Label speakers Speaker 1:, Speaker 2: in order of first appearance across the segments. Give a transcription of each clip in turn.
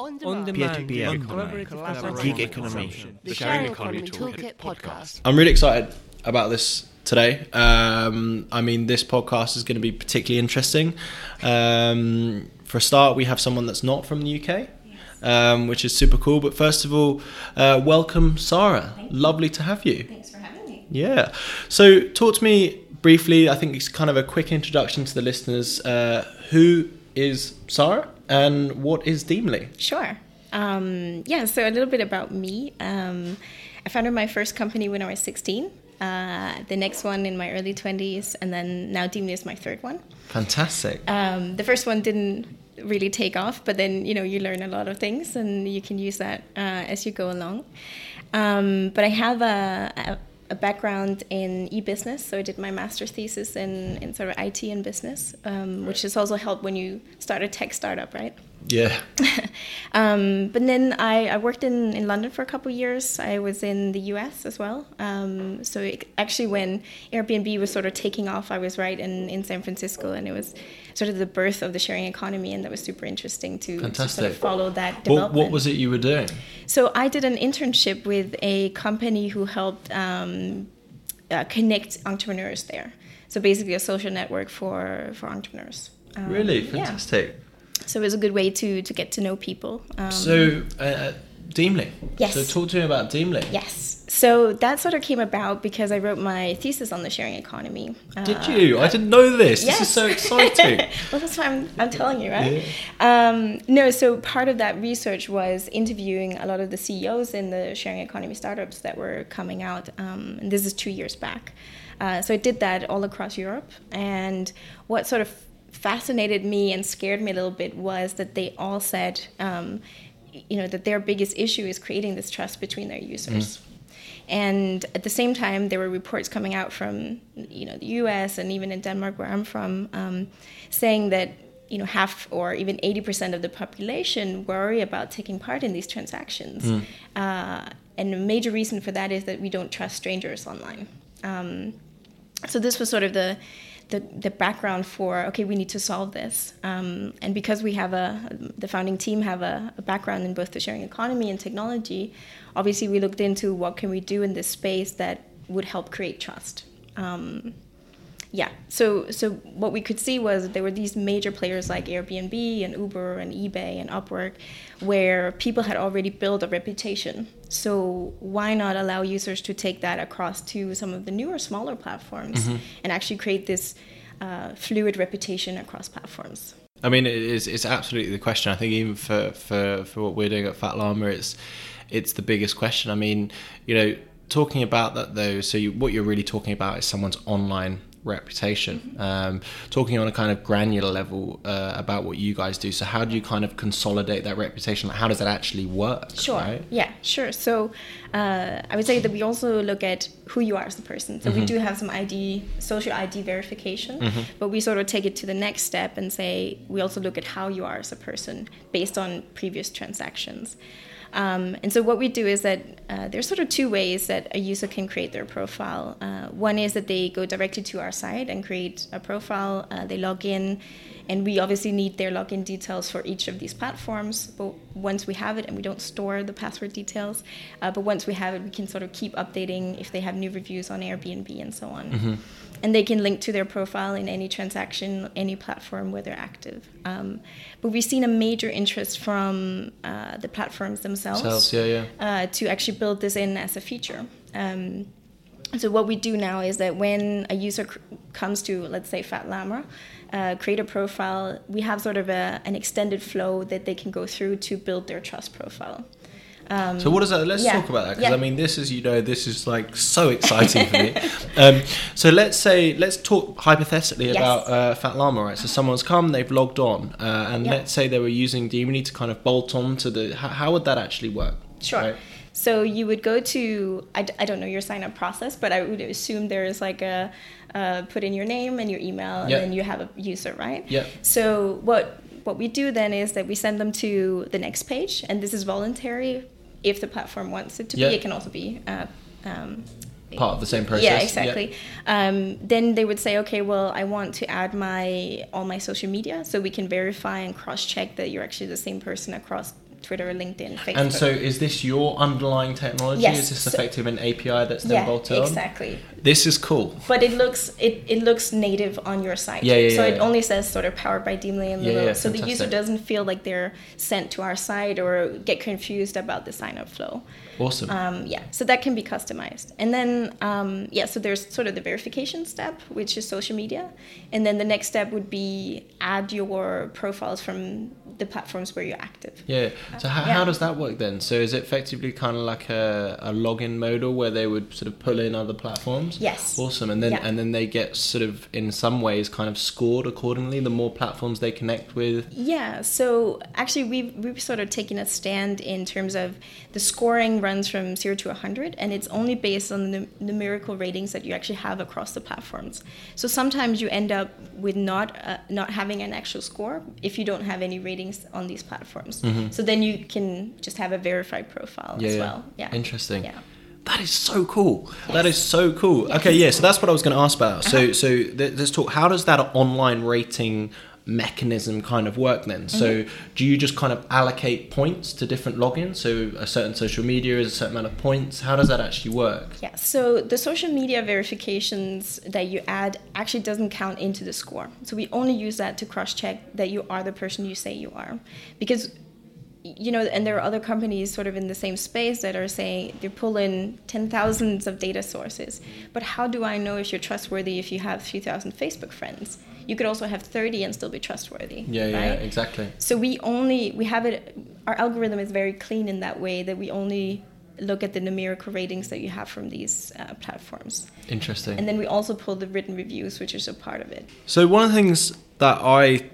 Speaker 1: On
Speaker 2: On
Speaker 1: demand.
Speaker 2: demand,
Speaker 3: Peer-to-peer
Speaker 2: collaborative
Speaker 3: economy.
Speaker 2: consumption.
Speaker 3: Gig economy.
Speaker 1: The sharing economy toolkit podcast.
Speaker 4: I'm really excited about this today. Um, I mean, this podcast is going to be particularly interesting. Um, for a start, we have someone that's not from the UK, um, which is super cool. But first of all, uh, welcome, Sarah. Lovely to have you.
Speaker 5: Thanks for having me.
Speaker 4: Yeah. So, talk to me briefly. I think it's kind of a quick introduction to the listeners. Uh, who is Sarah and what is Deemly?
Speaker 5: Sure. Um, yeah, so a little bit about me. Um, I founded my first company when I was 16, uh, the next one in my early 20s, and then now Deemly is my third one.
Speaker 4: Fantastic.
Speaker 5: Um, the first one didn't really take off, but then you know you learn a lot of things and you can use that uh, as you go along. Um, but I have a, a, a background in e-business, so I did my master's thesis in, in sort of IT and business, um, which is also helped when you start a tech startup, right?
Speaker 4: yeah.
Speaker 5: Um, but then I, I worked in, in London for a couple of years. I was in the US as well. Um, so it, actually, when Airbnb was sort of taking off, I was right in, in San Francisco, and it was sort of the birth of the sharing economy, and that was super interesting to, to sort
Speaker 4: Fantastic.
Speaker 5: of follow that
Speaker 4: What,
Speaker 5: development.
Speaker 4: what was it you were doing?
Speaker 5: So I did an internship with a company who helped um, uh, connect entrepreneurs there. So basically, a social network for for entrepreneurs. Um,
Speaker 4: really?
Speaker 5: yeah.
Speaker 4: Fantastic.
Speaker 5: So it was a good way to to get to know people. Um,
Speaker 4: So, uh, Deemly.
Speaker 5: Yes.
Speaker 4: So, talk to me about Deemly.
Speaker 5: Yes. So that sort of came about because I wrote my thesis on the sharing economy. Uh,
Speaker 4: Did you? I didn't know this. This
Speaker 5: yes.
Speaker 4: is so exciting.
Speaker 5: well, that's why I'm, I'm telling you, right? Um, no, so part of that research was interviewing a lot of the CEOs in the sharing economy startups that were coming out. Um, and this is two years back. Uh, so I did that all across Europe. And what sort of fascinated me and scared me a little bit was that they all said, um, you know, that their biggest issue is creating this trust between their users.
Speaker 4: Mm.
Speaker 5: And at the same time, there were reports coming out from you know the U.S. and even in Denmark, where I'm from, um, saying that you know half or even 80% of the population worry about taking part in these transactions. Uh, and a major reason for that is that we don't trust strangers online. Um, so this was sort of the the, the background for okay we need to solve this um, and because we have a the founding team have a, a background in both the sharing economy and technology obviously we looked into what can we do in this space that would help create trust yeah so so what we could see was there were these major players like airbnb and uber and ebay and upwork where people had already built a reputation so why not allow users to take that across to some of the newer smaller platforms and actually create this uh, fluid reputation across platforms
Speaker 4: I mean, it is, it's absolutely the question. I think even for, for, for what we're doing at Fat Llama, it's it's the biggest question. I mean, you know, talking about that though, so you, what you're really talking about is someone's online reputation.
Speaker 5: Mm-hmm.
Speaker 4: Um, talking on a kind of granular level uh, about what you guys do. So how do you kind of consolidate that reputation? Like, how does that actually work?
Speaker 5: Sure.
Speaker 4: right?
Speaker 5: Yeah, sure. So uh, I would say that we also look at who you are as a person.
Speaker 4: Mm-hmm.
Speaker 5: So we do have some ID, social ID verification, but we sort of take it to the next step and say we also look at how you are as a person based on previous transactions. Um, and so what we do is that uh, there's sort of two ways that a user can create their profile. Uh, one is that they go directly to our site and create a profile. Uh, they log in, and we obviously need their login details for each of these platforms. But once we have it, and we don't store the password details, uh, but once we have it, we can sort of keep updating if they have new reviews on Airbnb and so on.
Speaker 4: Mm-hmm.
Speaker 5: And they can link to their profile in any transaction, any platform where they're active. Um, but we've seen a major interest from uh, the platforms themselves
Speaker 4: Sales, yeah, yeah.
Speaker 5: uh, to actually build this in as a feature. Um, so what we do now is that when a user cr- comes to, let's say, Fat Llama, uh, create a profile, we have sort of a, an extended flow that they can go through to build their trust profile.
Speaker 4: So what is that? Let's
Speaker 5: Yeah.
Speaker 4: talk about that because
Speaker 5: Yeah.
Speaker 4: I mean, this is you know, this is like so exciting for me. Um, so let's say let's talk hypothetically
Speaker 5: Yes.
Speaker 4: about uh, Fat Llama, right? So someone's come, they've logged on, uh, and
Speaker 5: Yeah.
Speaker 4: let's say they were using Demony to kind of bolt on to the. How, how would that actually work?
Speaker 5: Sure.
Speaker 4: Right?
Speaker 5: So you would go to, I, d- I don't know your sign up process, but I would assume there is like a, uh, put in your name and your email, and
Speaker 4: Yeah.
Speaker 5: then you have a user, right?
Speaker 4: Yeah.
Speaker 5: So what, what we do then is that we send them to the next page, and this is voluntary. If the platform wants it to
Speaker 4: Yeah.
Speaker 5: be, it can also be uh, um,
Speaker 4: Part of the same process.
Speaker 5: yeah, exactly. Um, then they would say, okay, well, I want to add my all my social media, so we can verify and cross check that you're actually the same person across Twitter, LinkedIn, Facebook.
Speaker 4: And so, is this your underlying technology?
Speaker 5: Yes.
Speaker 4: Is this
Speaker 5: So-
Speaker 4: effective an API that's then
Speaker 5: yeah,
Speaker 4: bolted on?
Speaker 5: exactly.
Speaker 4: This is cool.
Speaker 5: But it looks it, it looks native on your site.
Speaker 4: Yeah, yeah,
Speaker 5: so
Speaker 4: yeah,
Speaker 5: it
Speaker 4: yeah.
Speaker 5: only says sort of powered by Deemly and
Speaker 4: Yeah,
Speaker 5: Lulu.
Speaker 4: yeah,
Speaker 5: so the user
Speaker 4: fantastic.
Speaker 5: doesn't feel like they're sent to our site or get confused about the sign up flow.
Speaker 4: Awesome.
Speaker 5: Um, yeah, so that can be customized. And then, um, yeah, so there's sort of the verification step, which is social media. And then the next step would be add your profiles from the platforms where you're active.
Speaker 4: yeah. So how,
Speaker 5: Uh, yeah.
Speaker 4: how does that work then? So is it effectively kind of like a, a login modal where they would sort of pull in other platforms?
Speaker 5: Yes.
Speaker 4: Awesome. And then
Speaker 5: Yeah.
Speaker 4: and then they get sort of in some ways kind of scored accordingly. The more platforms they connect with.
Speaker 5: Yeah, so actually, we've, we've sort of taken a stand in terms of the scoring runs from 0 to 100, and it's only based on the numerical ratings that you actually have across the platforms. So sometimes you end up with not, uh, not having an actual score if you don't have any ratings on these platforms. So then you can just have a verified profile as well. Mm-hmm. Yeah.
Speaker 4: Interesting.
Speaker 5: Yeah.
Speaker 4: That is so cool. That is so cool. Okay, yeah. So that's what I was going to ask about. So,
Speaker 5: Uh-huh.
Speaker 4: so th- let's talk. How does that online rating mechanism kind of work then? So,
Speaker 5: Mm-hmm.
Speaker 4: do you just kind of allocate points to different logins? So, a certain social media is a certain amount of points. How does that actually work?
Speaker 5: Yeah, so the social media verifications that you add actually doesn't count into the score. So we only use that to cross check that you are the person you say you are. Because, you know, and there are other companies sort of in the same space that are saying they pull in 10,000s of data sources. But how do I know if you're trustworthy if you have 3,000 Facebook friends? You could also have 30 and still be trustworthy.
Speaker 4: Yeah, yeah,
Speaker 5: right?
Speaker 4: exactly.
Speaker 5: So we only we have it. Our algorithm is very clean in that way that we only look at the numerical ratings that you have from these uh, platforms,
Speaker 4: Interesting.
Speaker 5: and then we also pull the written reviews, which is a part of it.
Speaker 4: So one of the things that I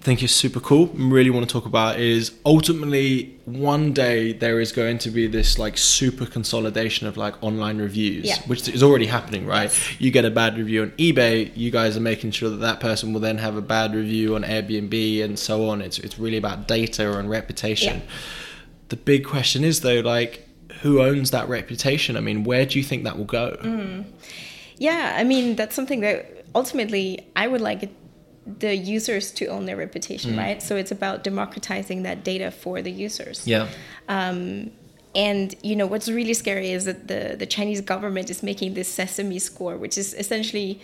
Speaker 4: think is super cool and really want to talk about is ultimately one day there is going to be this like super consolidation of like online reviews
Speaker 5: Yeah.
Speaker 4: which is already happening right you get a bad review on ebay you guys are making sure that that person will then have a bad review on airbnb and so on it's, it's really about data and reputation
Speaker 5: Yeah.
Speaker 4: the big question is though like who owns that reputation i mean where do you think that will go
Speaker 5: Mm. Yeah, I mean that's something that ultimately I would like it, the users to own their
Speaker 4: Mm.
Speaker 5: reputation, right? So it's about democratizing that data for the users.
Speaker 4: yeah
Speaker 5: And you know what's really scary is that the the Chinese government is making this Sesame score, which is essentially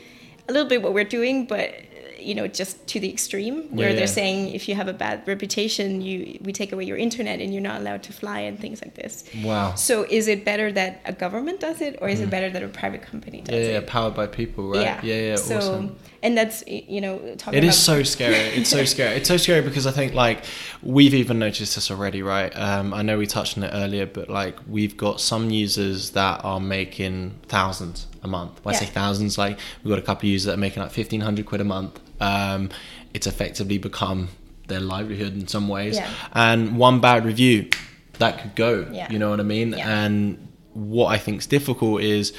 Speaker 5: a little bit what we're doing, but you know just to the extreme, where
Speaker 4: yeah.
Speaker 5: they're saying if you have a bad reputation, you we take away your internet and you're not allowed to fly and things like this.
Speaker 4: wow Mm.
Speaker 5: So is it better that a government does it, or is it better that a private company does
Speaker 4: yeah, yeah,
Speaker 5: it?
Speaker 4: powered by people, right? Yeah, yeah,
Speaker 5: so,
Speaker 4: awesome.
Speaker 5: and that's you know talking
Speaker 4: It
Speaker 5: about
Speaker 4: is so scary. It's so scary. It's so scary because I think like we've even noticed this already, right? Um, I know we touched on it earlier, but like we've got some users that are making thousands a month. When I say
Speaker 5: Yeah.
Speaker 4: thousands, like we've got a couple of users that are making like fifteen hundred quid a month. Um, it's effectively become their livelihood in some ways,
Speaker 5: Yeah.
Speaker 4: and one bad review that could go.
Speaker 5: Yeah.
Speaker 4: You know what I mean?
Speaker 5: Yeah.
Speaker 4: And what I think is difficult is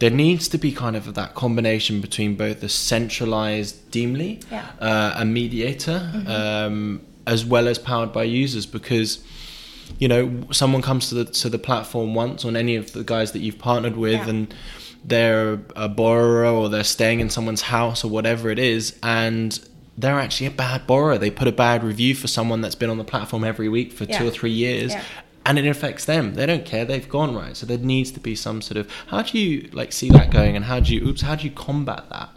Speaker 4: there needs to be kind of that combination between both a centralized Deemly,
Speaker 5: Yeah. Mm-hmm.
Speaker 4: uh, a mediator, um, as well as powered by users because. You know, someone comes to the to the platform once on any of the guys that you've partnered with,
Speaker 5: Yeah.
Speaker 4: and they're a borrower or they're staying in someone's house or whatever it is, and they're actually a bad borrower. They put a bad review for someone that's been on the platform every week for
Speaker 5: Yeah.
Speaker 4: two or three years,
Speaker 5: Yeah.
Speaker 4: and it affects them. They don't care. They've gone right. So there needs to be some sort of how do you like see that going, and how do you oops, how do you combat that?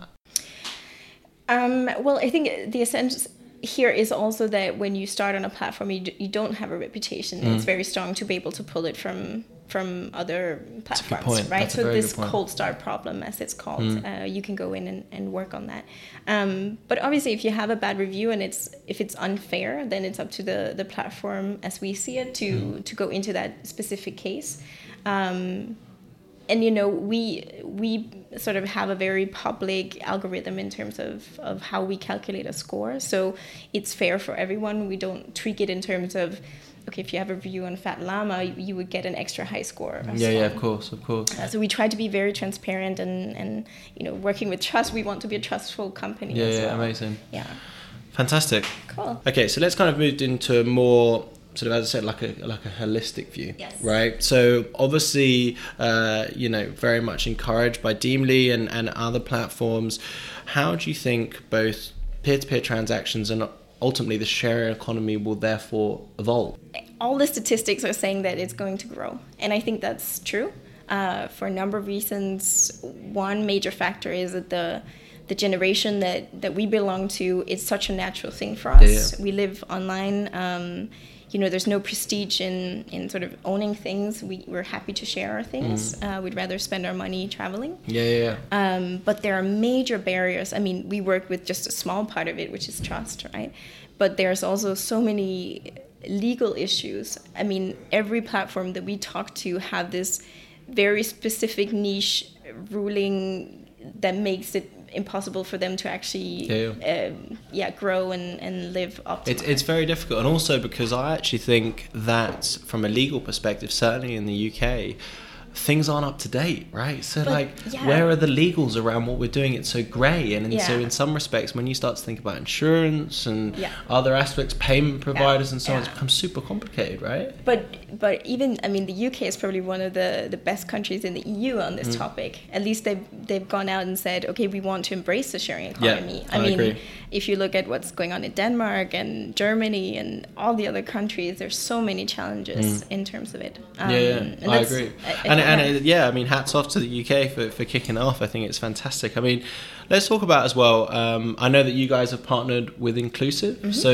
Speaker 5: Um, well, I think the essence here is also that when you start on a platform, you, d- you don't have a reputation. It's
Speaker 4: Mm.
Speaker 5: very strong to be able to pull it from from other platforms,
Speaker 4: point.
Speaker 5: right?
Speaker 4: That's a
Speaker 5: so
Speaker 4: very
Speaker 5: this
Speaker 4: good point. Mm.
Speaker 5: cold start problem, as it's called, uh, you can go in and, and work on that. Um, but obviously, if you have a bad review and it's if it's unfair, then it's up to the the platform, as we see it, to
Speaker 4: Mm.
Speaker 5: to go into that specific case Um, and you know we we sort of have a very public algorithm in terms of of how we calculate a score so it's fair for everyone we don't tweak it in terms of okay if you have a review on fat llama you you would get an extra high score or
Speaker 4: Yeah, yeah,
Speaker 5: so
Speaker 4: of course, of course.
Speaker 5: on. Uh, so we try to be very transparent and and you know working with trust we want to be a trustful company
Speaker 4: Yeah,
Speaker 5: as
Speaker 4: yeah,
Speaker 5: well.
Speaker 4: amazing,
Speaker 5: yeah
Speaker 4: fantastic.
Speaker 5: cool
Speaker 4: Okay, so let's kind of move into a more sort of as I said, like a like a holistic view,
Speaker 5: Yes.
Speaker 4: right? So obviously, uh, you know, very much encouraged by Deemly and and other platforms. How do you think both peer to peer transactions and ultimately the sharing economy will therefore evolve?
Speaker 5: all the statistics are saying that it's going to grow. And I think that's true uh, for a number of reasons. One major factor is that the the generation that, that we belong to, it's such a natural thing for us.
Speaker 4: Yeah.
Speaker 5: We live online. Um, you know, there's no prestige in, in sort of owning things. We, we're happy to share our things.
Speaker 4: Mm-hmm.
Speaker 5: Uh, we'd rather spend our money traveling.
Speaker 4: Yeah, yeah, yeah.
Speaker 5: Um, but there are major barriers. I mean, we work with just a small part of it, which is trust, right? But there's also so many legal issues. I mean, every platform that we talk to have this very specific niche ruling that makes it impossible for them to actually,
Speaker 4: Yeah,
Speaker 5: Um, yeah grow and, and live up to
Speaker 4: It's, it's very difficult, and also because I actually think that from a legal perspective, certainly in the UK, things aren't up to date, right? So,
Speaker 5: But,
Speaker 4: like,
Speaker 5: yeah.
Speaker 4: where are the legals around what we're doing? It's so grey, and, and so
Speaker 5: Yeah.
Speaker 4: in some respects, when you start to think about insurance and
Speaker 5: Yeah.
Speaker 4: other aspects, payment providers, and so on, it
Speaker 5: yeah.
Speaker 4: becomes super complicated, right?
Speaker 5: But but even I mean the UK is probably one of the, the best countries in the EU on
Speaker 4: Mm.
Speaker 5: this topic. At least they've they've gone out and said, okay, we want to embrace the sharing economy.
Speaker 4: I
Speaker 5: mean,
Speaker 4: agree.
Speaker 5: if you look at what's going on in Denmark and Germany and all the other countries, there's so many challenges in terms of it. Um,
Speaker 4: Mm.
Speaker 5: e-
Speaker 4: yeah,
Speaker 5: and
Speaker 4: yeah, I
Speaker 5: that's-
Speaker 4: agree.
Speaker 5: I- I
Speaker 4: and
Speaker 5: think
Speaker 4: and
Speaker 5: that-
Speaker 4: it- yeah, I mean, hats off to the UK for, for kicking it off. I think it's fantastic. I mean, let's talk about as well. Um, I know that you guys have partnered with Inclusive.
Speaker 5: Mm-hmm.
Speaker 4: So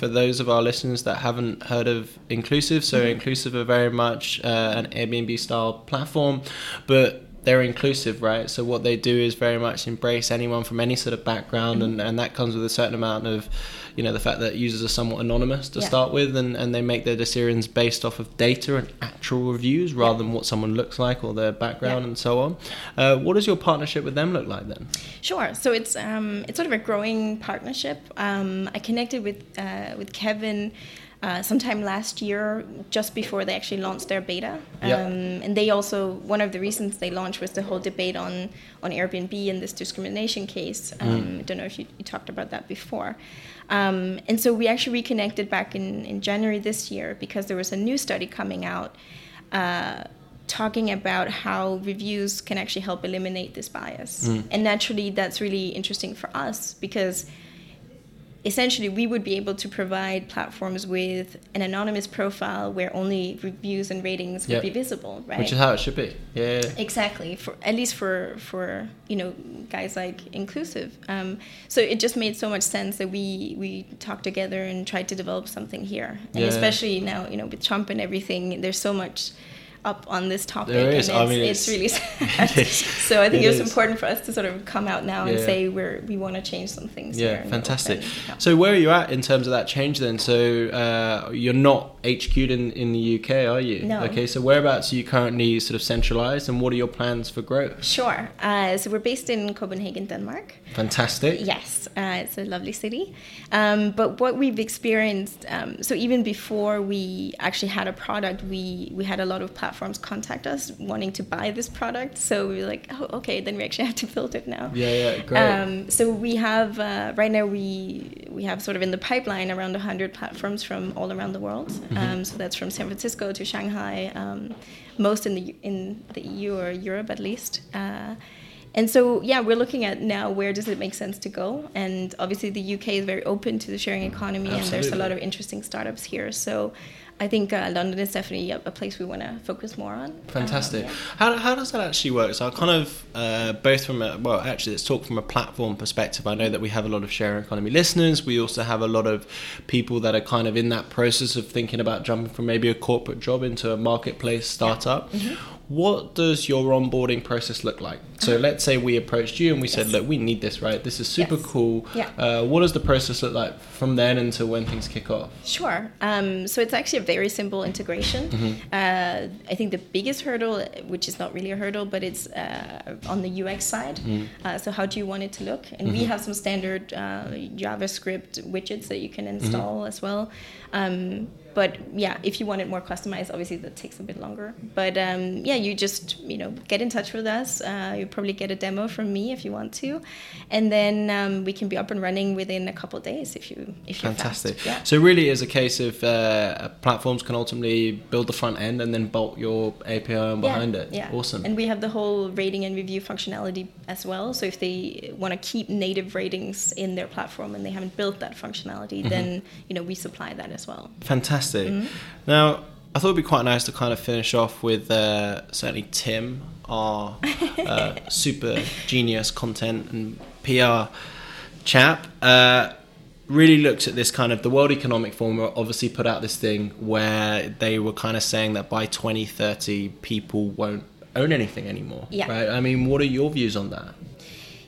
Speaker 4: for those of our listeners that haven't heard of Inclusive,
Speaker 5: Mm-hmm.
Speaker 4: so Inclusive are very much uh, an Airbnb style platform, but they're inclusive, right? So what they do is very much embrace anyone from any sort of background,
Speaker 5: Mm-hmm.
Speaker 4: and, and that comes with a certain amount of, you know, the fact that users are somewhat anonymous to
Speaker 5: Yeah.
Speaker 4: start with, and, and they make their decisions based off of data and actual reviews rather than what someone looks like or their background
Speaker 5: Yeah.
Speaker 4: and so on. Uh, what does your partnership with them look like then?
Speaker 5: Sure. So it's um, it's sort of a growing partnership. Um, I connected with uh, with Kevin. Uh, sometime last year, just before they actually launched their beta, um,
Speaker 4: Yeah.
Speaker 5: and they also one of the reasons they launched was the whole debate on on Airbnb and this discrimination case. Um, I don't know if you, you talked about that before, um, and so we actually reconnected back in in January this year because there was a new study coming out uh, talking about how reviews can actually help eliminate this bias.
Speaker 4: Mm.
Speaker 5: And naturally, that's really interesting for us because essentially we would be able to provide platforms with an anonymous profile where only reviews and ratings would
Speaker 4: Yep.
Speaker 5: be visible, right?
Speaker 4: Which is how it should be. Yeah.
Speaker 5: exactly for at least for for you know guys like inclusive um, so it just made so much sense that we we talked together and tried to develop something here and
Speaker 4: Yeah.
Speaker 5: especially now you know with trump and everything there's so much up on this topic
Speaker 4: There
Speaker 5: and
Speaker 4: is.
Speaker 5: it's,
Speaker 4: I mean,
Speaker 5: it's,
Speaker 4: it's-
Speaker 5: really sad.
Speaker 4: it is.
Speaker 5: so i think
Speaker 4: It
Speaker 5: it, was
Speaker 4: is.
Speaker 5: important for us to sort of come out now and
Speaker 4: Yeah.
Speaker 5: say we're we want to change some things here
Speaker 4: Yeah,
Speaker 5: in the
Speaker 4: fantastic.
Speaker 5: open. Yeah.
Speaker 4: So where are you at in terms of that change then? So uh, you're not HQ'd in, in the UK, are you?
Speaker 5: No.
Speaker 4: Okay, so whereabouts are you currently sort of centralized and what are your plans for growth?
Speaker 5: Sure. Uh, so we're based in Copenhagen, Denmark.
Speaker 4: Fantastic.
Speaker 5: Yes, uh, it's a lovely city. Um, but what we've experienced, um, so even before we actually had a product, we we had a lot of platforms contact us wanting to buy this product. So we were like, oh, okay, then we actually have to build it now.
Speaker 4: Yeah, yeah, great.
Speaker 5: Um, so we have uh, right now we we have sort of in the pipeline around 100 platforms from all around the world.
Speaker 4: Mm-hmm.
Speaker 5: Um, so that's from San Francisco to Shanghai, um, most in the in the EU or Europe at least. Uh, and so yeah, we're looking at now where does it make sense to go. And obviously the UK is very open to the sharing economy, and there's a lot
Speaker 4: Absolutely.
Speaker 5: of interesting startups here. So. I think uh, London is definitely a, a place we want to focus more on. Um,
Speaker 4: Fantastic. How, how does that actually work? So, I kind of uh, both from a well, actually, let's talk from a platform perspective. I know that we have a lot of sharing economy listeners. We also have a lot of people that are kind of in that process of thinking about jumping from maybe a corporate job into a marketplace startup.
Speaker 5: Mm-hmm.
Speaker 4: What does your onboarding process look like? So, let's say we approached you and we said,
Speaker 5: Uh-huh. Yes.
Speaker 4: "Look, we need this, right? This is super
Speaker 5: Yes.
Speaker 4: cool."
Speaker 5: Yeah.
Speaker 4: Uh, what does the process look like from then until when things kick off?
Speaker 5: Sure. Um, so it's actually a very simple integration. Uh, I think the biggest hurdle, which is not really a hurdle, but it's uh, on the UX side. Uh, so how do you want it to look? And we have some standard uh, JavaScript widgets that you can install as well. Um, but yeah, if you want it more customized, obviously that takes a bit longer. But um, yeah, you just you know get in touch with us. Uh, you probably get a demo from me if you want to, and then um, we can be up and running within a couple of days if you if you're fast.
Speaker 4: Fantastic.
Speaker 5: Yeah.
Speaker 4: So it really is a case of uh, platforms can ultimately build the front end and then bolt your API on behind it.
Speaker 5: Yeah.
Speaker 4: Awesome.
Speaker 5: And we have the whole rating and review functionality as well. So if they want to keep native
Speaker 4: Mm-hmm.
Speaker 5: ratings in their platform and they haven't built that functionality, then you know we supply that as well.
Speaker 4: Fantastic. Now, I thought it'd be quite nice to kind of finish off with uh, certainly Tim, our uh, super genius content and PR chap. Uh, really looked at this kind of the World Economic Forum obviously put out this thing where they were kind of saying that by 2030 people won't own anything anymore.
Speaker 5: Yeah.
Speaker 4: Right? I mean, what are your views on that?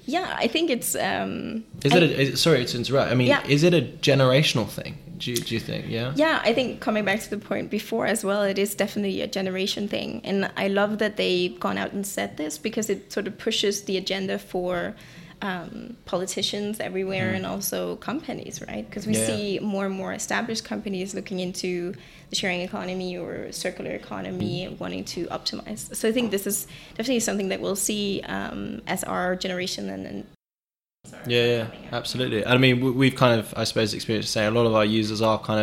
Speaker 5: Yeah, I think it's. Um,
Speaker 4: Is
Speaker 5: I-
Speaker 4: it, a, is it sorry to interrupt? I mean,
Speaker 5: Yeah.
Speaker 4: is it a generational thing? Do you, do you think? Yeah.
Speaker 5: yeah, I think coming back to the point before as well, it is definitely a generation thing. And I love that they've gone out and said this because it sort of pushes the agenda for um, politicians everywhere and also companies, right? Because we
Speaker 4: Mm-hmm. Yeah.
Speaker 5: see more and more established companies looking into the sharing economy or circular
Speaker 4: Mm-hmm.
Speaker 5: economy, wanting to optimize. So I think this is definitely something that we'll see um, as our generation and, and
Speaker 4: Yeah, yeah, absolutely. And I mean, we- we've kind of, I suppose, experienced saying a lot of our users are kind of